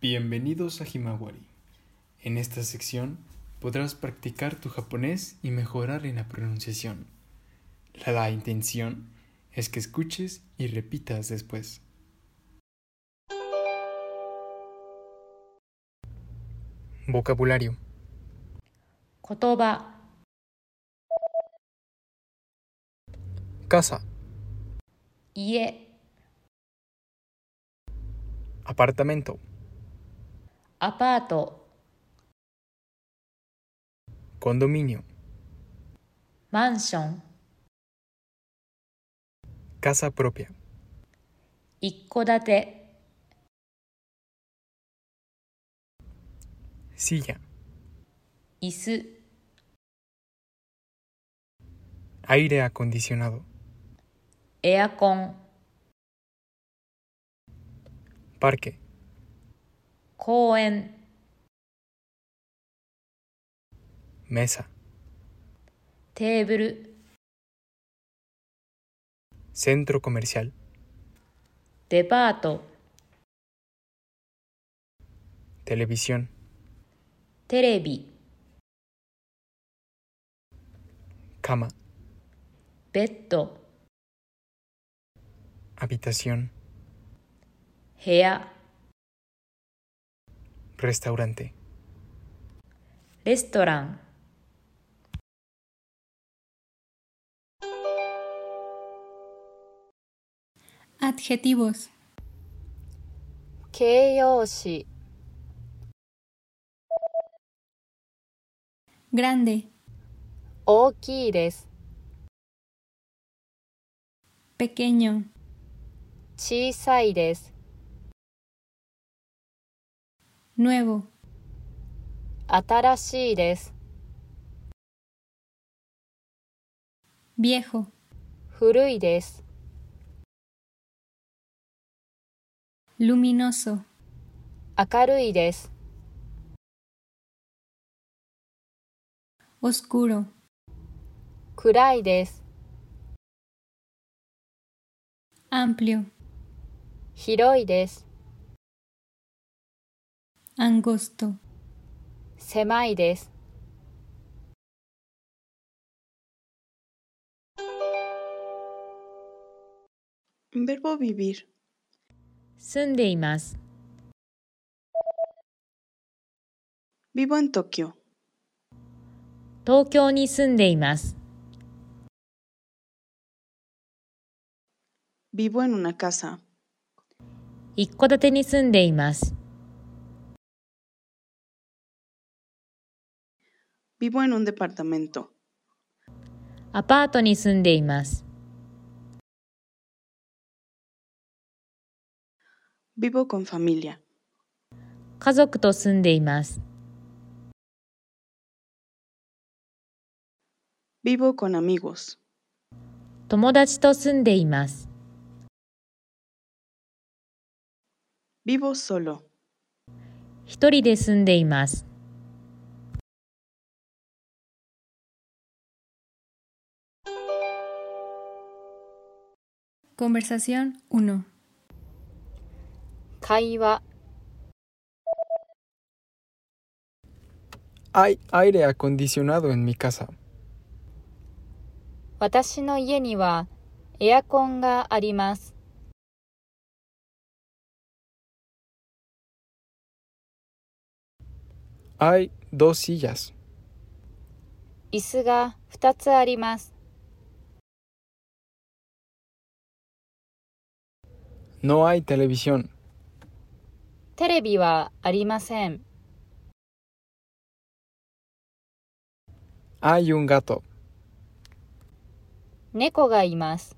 Bienvenidos a Himawari. En esta sección podrás practicar tu japonés y mejorar en la pronunciación. La, la intención es que escuches y repitas después. Vocabulario. 言葉 Casa, 家 apartamento, アパート condominio, マンション casa propia, 一戸建て silla, 椅子 aire acondicionado, エアコン parque, 公園 mesa, テーブル centro comercial, デパート televisión, テレビ cama, ベッド habitación, 部屋 restaurante, レストラン Adjetivos. 形容詞 Grande, 大きいです pequeño, 小さいです nuevo, 新しいです viejo, 古いです luminoso, 明るいです oscuro, 暗いです amplio, 広いです angosto, 狭いです Verbo vivir, 住んでいます vivo en Tokio, 東京に住んでいます。 vivo en una casa, 一戸建てに住んでいます。 vivo en un departamento, アパートに住んでいます。 vivo con familia, 家族と住んでいます。 vivo con amigos, 友達と住んでいます。 vivo solo, 一人で住んでいます。 conversación 1. 会話、 Hay aire acondicionado en mi casa. 私の家にはエアコンがあります。 Hay dos sillas. 椅子が2つあります。 No hay televisión. テレビはありません。 Hay un gato. 猫がいます。